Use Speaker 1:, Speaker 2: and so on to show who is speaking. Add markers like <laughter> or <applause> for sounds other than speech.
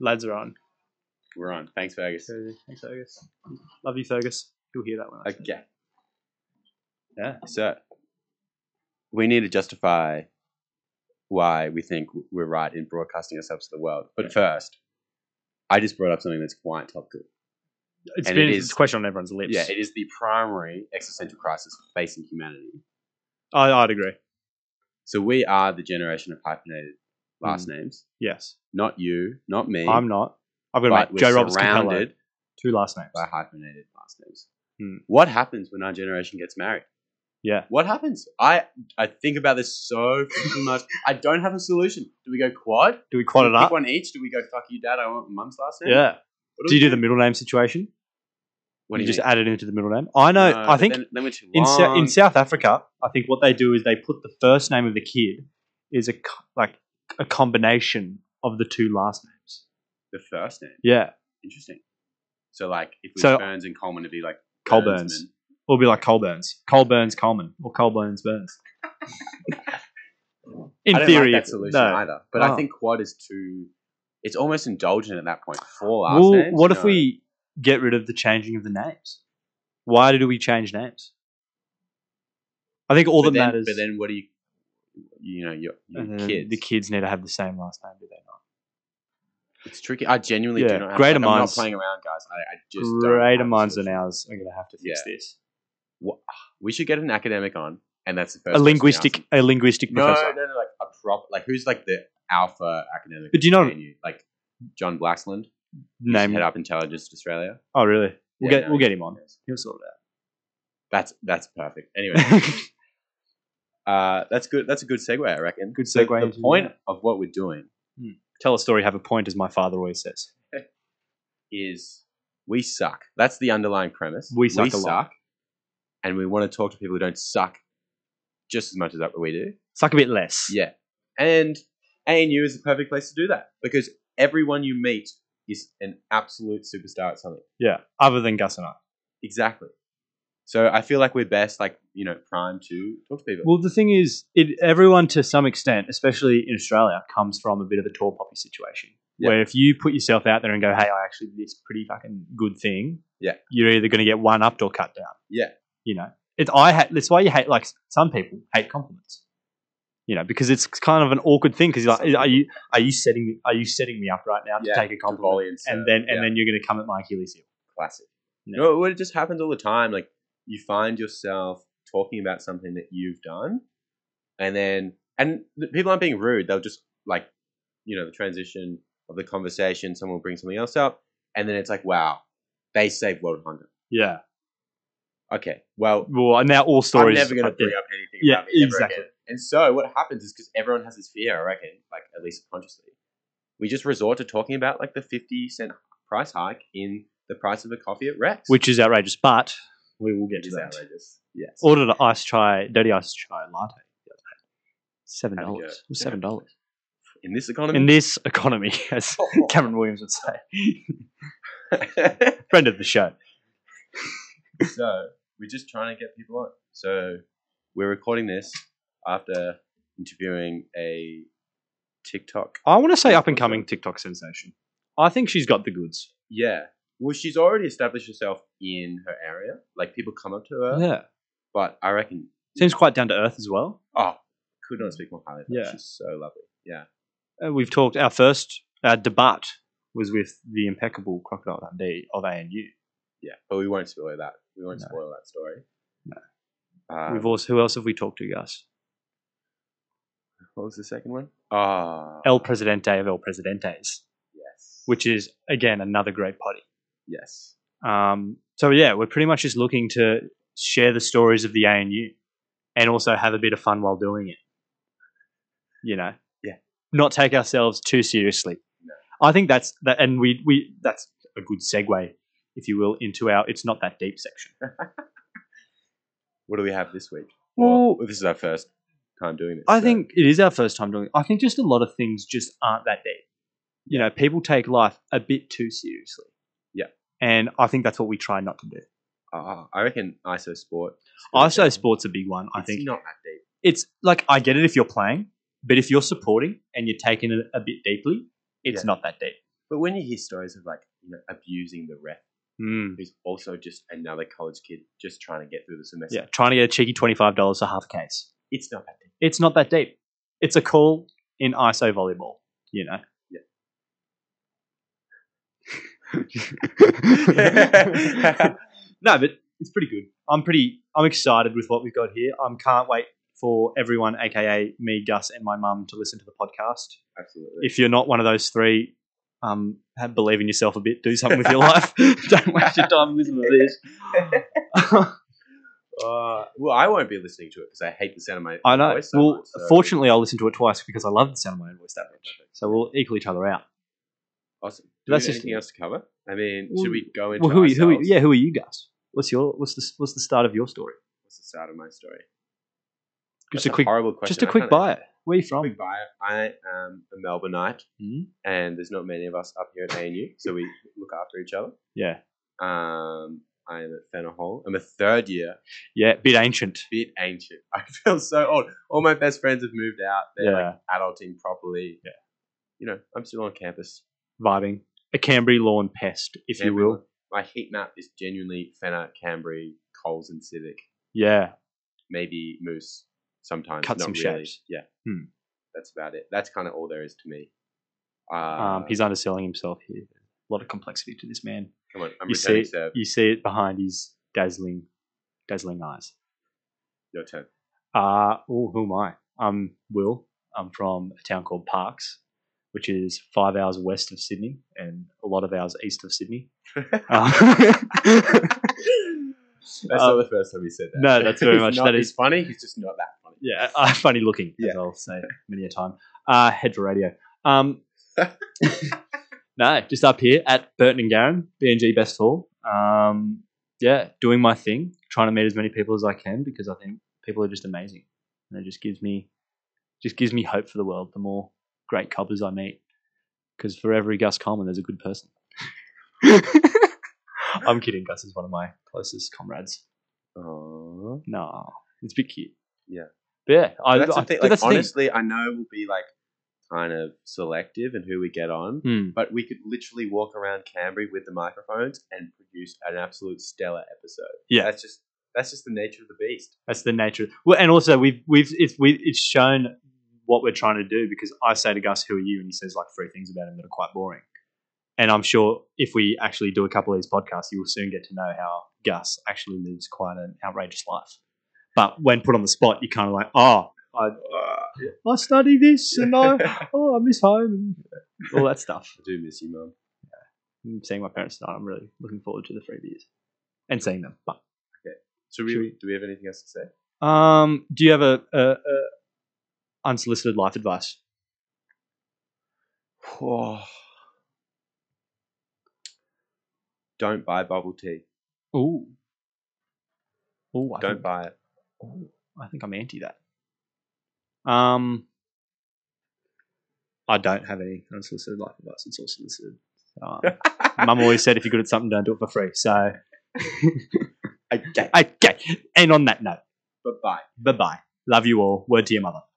Speaker 1: lads are on.
Speaker 2: We're on. Thanks, Vegas.
Speaker 1: Crazy. Thanks, Fergus. Love you, Fergus. You'll hear that one.
Speaker 2: Okay. Yeah. So we need to justify why we think we're right in broadcasting ourselves to the world. But first, I just brought up something that's quite topical.
Speaker 1: It's
Speaker 2: and
Speaker 1: been
Speaker 2: it
Speaker 1: it
Speaker 2: is-
Speaker 1: is, a question on everyone's lips.
Speaker 2: Yeah, it is the primary existential crisis facing humanity.
Speaker 1: I, I'd agree.
Speaker 2: So we are the generation of hyphenated last
Speaker 1: Hmm.
Speaker 2: names.
Speaker 1: Yes.
Speaker 2: Not you, not me.
Speaker 1: I'm not. I've got
Speaker 2: but
Speaker 1: to make Joe
Speaker 2: we're
Speaker 1: Roberts Capello.
Speaker 2: surrounded
Speaker 1: Two last names.
Speaker 2: by hyphenated last names.
Speaker 1: Hmm.
Speaker 2: What happens when our generation gets married?
Speaker 1: Yeah.
Speaker 2: What happens? I I think about this so freaking much. I don't have a solution. Do we go quad?
Speaker 1: Do we quad
Speaker 2: Do
Speaker 1: it
Speaker 2: we
Speaker 1: up?
Speaker 2: Pick one each. Do we go fuck you, dad? I want mum's last name.
Speaker 1: Yeah.
Speaker 2: What
Speaker 1: Do you
Speaker 2: we
Speaker 1: do the middle name situation?
Speaker 2: What do you
Speaker 1: just
Speaker 2: mean?
Speaker 1: add it into the middle name. I know. I
Speaker 2: but
Speaker 1: think
Speaker 2: then, then we're too
Speaker 1: in Sou- in
Speaker 2: long.
Speaker 1: South Africa, I think what they do is they put the first name of the kid is a co- like a combination of the two last names.
Speaker 2: the first name.
Speaker 1: Yeah,
Speaker 2: Interesting. So like if it was
Speaker 1: So-
Speaker 2: Burns and Coleman, it'd be like
Speaker 1: Colburns.
Speaker 2: Burnsman.
Speaker 1: It'll be like Colburns, Colburns Coleman, or Colburns Burns. In
Speaker 2: I don't
Speaker 1: theory,
Speaker 2: like
Speaker 1: it-
Speaker 2: that solution
Speaker 1: no.
Speaker 2: either. But I
Speaker 1: Oh.
Speaker 2: think quad is too. It's almost indulgent at that point. Four last
Speaker 1: Well,
Speaker 2: names?
Speaker 1: what if
Speaker 2: No.
Speaker 1: we get rid of the changing of the names? Why do we change names? I think all
Speaker 2: but
Speaker 1: that
Speaker 2: then,
Speaker 1: matters.
Speaker 2: But then what do you? You know your, your
Speaker 1: and then
Speaker 2: kids.
Speaker 1: The kids need to have the same last name, do they not?
Speaker 2: It's tricky. I genuinely
Speaker 1: Yeah,
Speaker 2: do not. Have,
Speaker 1: greater
Speaker 2: like, I'm not
Speaker 1: minds-
Speaker 2: playing around, guys. I, I just don't have
Speaker 1: Greater
Speaker 2: a
Speaker 1: minds than
Speaker 2: solution.
Speaker 1: ours are going to have to fix this.
Speaker 2: We should get an academic on, and that's the first.
Speaker 1: A
Speaker 2: person we ask.
Speaker 1: linguistic, a linguistic
Speaker 2: No, no,
Speaker 1: professor.
Speaker 2: no, like a prop. Like who's like the alpha academic?
Speaker 1: But do you know-
Speaker 2: venue? like John Blaxland, who's
Speaker 1: Name.
Speaker 2: head up intelligence at Australia.
Speaker 1: Oh, really? We'll
Speaker 2: Yeah,
Speaker 1: get
Speaker 2: no,
Speaker 1: we'll
Speaker 2: he-
Speaker 1: get him on. He'll sort
Speaker 2: That's that's perfect. Anyway,
Speaker 1: <laughs> it out.
Speaker 2: uh, that's good. That's a good segue, I reckon.
Speaker 1: Good
Speaker 2: So
Speaker 1: segue
Speaker 2: The
Speaker 1: into-
Speaker 2: point of what we're doing
Speaker 1: Tell a story, have a point, as my father always says.
Speaker 2: is we suck. That's the underlying premise.
Speaker 1: We suck a lot.
Speaker 2: and we want to talk to people who don't suck just as much as that we do.
Speaker 1: Suck a bit less.
Speaker 2: Yeah, and ANU is the perfect place to do that because everyone you meet is an absolute superstar at something.
Speaker 1: Yeah. Other than Gus and I.
Speaker 2: Exactly. So I feel like we're best, like you know, prime to talk to people.
Speaker 1: Well, the thing is, it, everyone to some extent, especially in Australia, comes from a bit of a tall poppy situation.
Speaker 2: Yeah.
Speaker 1: Where if you put yourself out there and go, hey, I actually did this pretty fucking good thing,
Speaker 2: Yeah.
Speaker 1: you're either going to get one upped or cut down.
Speaker 2: Yeah.
Speaker 1: You know, it's I hate, that's why you hate, like, some people hate compliments. You know, because it's kind of an awkward thing. Because like, are you are you setting me are you setting me up right now to
Speaker 2: Yeah,
Speaker 1: take a compliment,
Speaker 2: volley and serve,
Speaker 1: and then and
Speaker 2: yeah.
Speaker 1: then you're going to come at my Achilles heel?
Speaker 2: classic.
Speaker 1: No.
Speaker 2: No, it just happens all the time. Like you find yourself talking about something that you've done, and then and the people aren't being rude. They'll just like you know the transition of the conversation. Someone will bring something else up, and then it's like, wow, they saved world hunger.
Speaker 1: Yeah.
Speaker 2: Okay, well,
Speaker 1: Well, now all
Speaker 2: I'm
Speaker 1: stories.
Speaker 2: never going
Speaker 1: are
Speaker 2: to bring up anything.
Speaker 1: Yeah,
Speaker 2: about me ever
Speaker 1: exactly.
Speaker 2: again. And so what happens is because everyone has this fear, I reckon, like at least consciously, we just resort to talking about like the fifty cent price hike in the price of a coffee at Rex,
Speaker 1: which is outrageous, but we will get to
Speaker 2: is
Speaker 1: that.
Speaker 2: outrageous. Yes.
Speaker 1: Ordered an ice chai, dirty ice chai latte. the other day. Seven
Speaker 2: How'd it go?
Speaker 1: dollars. It was Seven dollars
Speaker 2: in this economy. <laughs>
Speaker 1: in this economy, <laughs> as
Speaker 2: Oh.
Speaker 1: Cameron Williams would say. <laughs> Friend of the show.
Speaker 2: so we're just trying to get people on. So we're recording this after interviewing a TikTok.
Speaker 1: I want to say up and coming TikTok sensation. I think she's got the goods.
Speaker 2: Yeah. Well, she's already established herself in her area. Like people come up to her,
Speaker 1: Yeah,
Speaker 2: but I reckon.
Speaker 1: seems quite down to earth as well.
Speaker 2: Oh, could not speak more highly. Of her.
Speaker 1: Yeah.
Speaker 2: She's so lovely. Yeah.
Speaker 1: Uh, we've talked. Our first uh, debut was with the impeccable Crocodile Dundee of ANU.
Speaker 2: Yeah. But we won't spoil that. We won't
Speaker 1: No.
Speaker 2: spoil that story.
Speaker 1: No.
Speaker 2: Uh,
Speaker 1: We've also who else have we talked to, Gus?
Speaker 2: what was the second one? Ah.
Speaker 1: El Presidente of El Presidentes,
Speaker 2: Yes.
Speaker 1: which is again another great potty.
Speaker 2: Yes.
Speaker 1: Um, so yeah, we're pretty much just looking to share the stories of the ANU and also have a bit of fun while doing it. You know,
Speaker 2: Yeah.
Speaker 1: not take ourselves too seriously.
Speaker 2: No.
Speaker 1: I think that's that, and we we that's a good segue, if you will, into our it's not that deep section.
Speaker 2: What do we have this week?
Speaker 1: Well-
Speaker 2: this is our first time doing this.
Speaker 1: I
Speaker 2: so-
Speaker 1: think it is our first time doing. I think just a lot of things just aren't that deep. You know, people take life a bit too seriously.
Speaker 2: Yeah.
Speaker 1: and I think that's what we try not to do.
Speaker 2: Ah, I reckon ISO Sport.
Speaker 1: ISO sport's a big one. I
Speaker 2: It's
Speaker 1: think
Speaker 2: not that deep.
Speaker 1: it's like I get it if you're playing, but if you're supporting and you're taking it a bit deeply, it's
Speaker 2: Yeah.
Speaker 1: not that deep.
Speaker 2: But when you hear stories of like you know abusing the ref,
Speaker 1: Mm.
Speaker 2: who's also just another college kid just trying to get through the semester,
Speaker 1: Yeah, trying to get a cheeky twenty-five dollars for half a case.
Speaker 2: it's not that deep.
Speaker 1: It's not that deep. It's a call in ISO volleyball. You know. Yeah. <laughs> no, but it's pretty good. I'm pretty. I'm excited with what we've got here. I can't wait for everyone, aka me, Gus, and my mum, to listen to the podcast.
Speaker 2: Absolutely.
Speaker 1: If you're not one of those three, um, have, believe in yourself a bit. Do something with your life. <laughs> Don't waste your time listening to this.
Speaker 2: Uh, well, I won't be listening to it because I hate the sound of my
Speaker 1: <laughs> I know.
Speaker 2: voice so
Speaker 1: well,
Speaker 2: much, so-
Speaker 1: fortunately, I'll listen to it twice because I love the sound of my own voice that much. So we'll equal each other out.
Speaker 2: Awesome. Do
Speaker 1: That's
Speaker 2: we have
Speaker 1: just-
Speaker 2: anything else to cover? I mean,
Speaker 1: Well-
Speaker 2: should we go into
Speaker 1: Well, who are you, who are,
Speaker 2: ourselves?
Speaker 1: yeah, who are you guys? What's your what's the what's the start of your story?
Speaker 2: What's the start of my story?
Speaker 1: Just
Speaker 2: That's
Speaker 1: a quick,
Speaker 2: horrible question.
Speaker 1: just a
Speaker 2: I
Speaker 1: quick
Speaker 2: can't answer.
Speaker 1: bio. Where are you from?
Speaker 2: Quick bio. I am a Melbourneite,
Speaker 1: Hmm?
Speaker 2: and there's not many of us up here at ANU, so we look after each other.
Speaker 1: Yeah,
Speaker 2: Um, I am at Fenner Hall. I'm a third year,
Speaker 1: yeah, bit ancient.
Speaker 2: bit ancient. <laughs> I feel so old. All my best friends have moved out. They're like
Speaker 1: Yeah,
Speaker 2: adulting properly.
Speaker 1: Yeah.
Speaker 2: You know, I'm still on campus.
Speaker 1: vibing a Canberra lawn pest, if you
Speaker 2: Canberra.
Speaker 1: will.
Speaker 2: My heat map is genuinely Fenner, Cambry, Coles, and Civic.
Speaker 1: Yeah,
Speaker 2: maybe moose sometimes.
Speaker 1: Cut
Speaker 2: not
Speaker 1: some
Speaker 2: really.
Speaker 1: shapes.
Speaker 2: Yeah.
Speaker 1: Hmm.
Speaker 2: That's about it. That's kind of all there is to me. Uh,
Speaker 1: um, he's underselling himself here. A lot of complexity to this man.
Speaker 2: come on, I'm
Speaker 1: you
Speaker 2: returning
Speaker 1: see-
Speaker 2: serve.
Speaker 1: You see it behind his dazzling, dazzling eyes.
Speaker 2: Your turn.
Speaker 1: Uh, oh, who am I? I'm Will. I'm from a town called Parks, which is five hours west of Sydney and a lot of hours east of Sydney. Uh,
Speaker 2: <laughs>
Speaker 1: <laughs>
Speaker 2: That's
Speaker 1: Um,
Speaker 2: not the first time he said that.
Speaker 1: no, that's very
Speaker 2: He's
Speaker 1: much-
Speaker 2: Not,
Speaker 1: that
Speaker 2: he's
Speaker 1: is-
Speaker 2: funny. He's just not that funny.
Speaker 1: yeah, <laughs> uh, funny looking, as I'll say many a time. Uh, head for radio. Um, no, just up here at Burton and Garran, BNG Best Hall. Um, yeah, doing my thing, trying to meet as many people as I can because I think people are just amazing, and it just gives me just gives me hope for the world. The more great cobbers I meet, because for every Gus Coleman, there's a good person. I'm kidding. Gus is one of my closest comrades.
Speaker 2: Aww.
Speaker 1: No, it's a bit cute.
Speaker 2: Yeah.
Speaker 1: But yeah, I,
Speaker 2: that's
Speaker 1: I,
Speaker 2: the thing.
Speaker 1: but
Speaker 2: Like,
Speaker 1: that's the thing.
Speaker 2: honestly, I know we'll be like kind of selective in who we get on,
Speaker 1: Hmm.
Speaker 2: but we could literally walk around Canberra with the microphones and produce an absolute stellar episode.
Speaker 1: Yeah.
Speaker 2: that's just that's just the nature of the beast.
Speaker 1: That's the nature. Well, and also we've we've it's we it's shown what we're trying to do because I say to Gus, "Who are you?" and he says like three things about him that are quite boring. And I'm sure if we actually do a couple of these podcasts, you will soon get to know how Gus actually lives quite an outrageous life. But when put on the spot, you're kind of like, "Oh,
Speaker 2: <laughs>
Speaker 1: I study this, and I oh I miss home and all that stuff."
Speaker 2: I do miss you, mum.
Speaker 1: And seeing my parents tonight, I'm really looking forward to the three beers and seeing them. But
Speaker 2: So we,
Speaker 1: Should we-
Speaker 2: do we have anything else to say?
Speaker 1: Um, do you have a, a, a unsolicited life advice?
Speaker 2: Don't buy bubble tea.
Speaker 1: Ooh, ooh, I
Speaker 2: Don't
Speaker 1: think,
Speaker 2: buy it.
Speaker 1: ooh, I think I'm anti that. Um, I don't have any unsolicited life advice. It's all solicited. Um,
Speaker 2: <laughs>
Speaker 1: Mum always said, if you're good at something, don't do it for free. So,
Speaker 2: Okay.
Speaker 1: okay. And on that note,
Speaker 2: But buy.
Speaker 1: bye bye. Love you all. Word to your mother.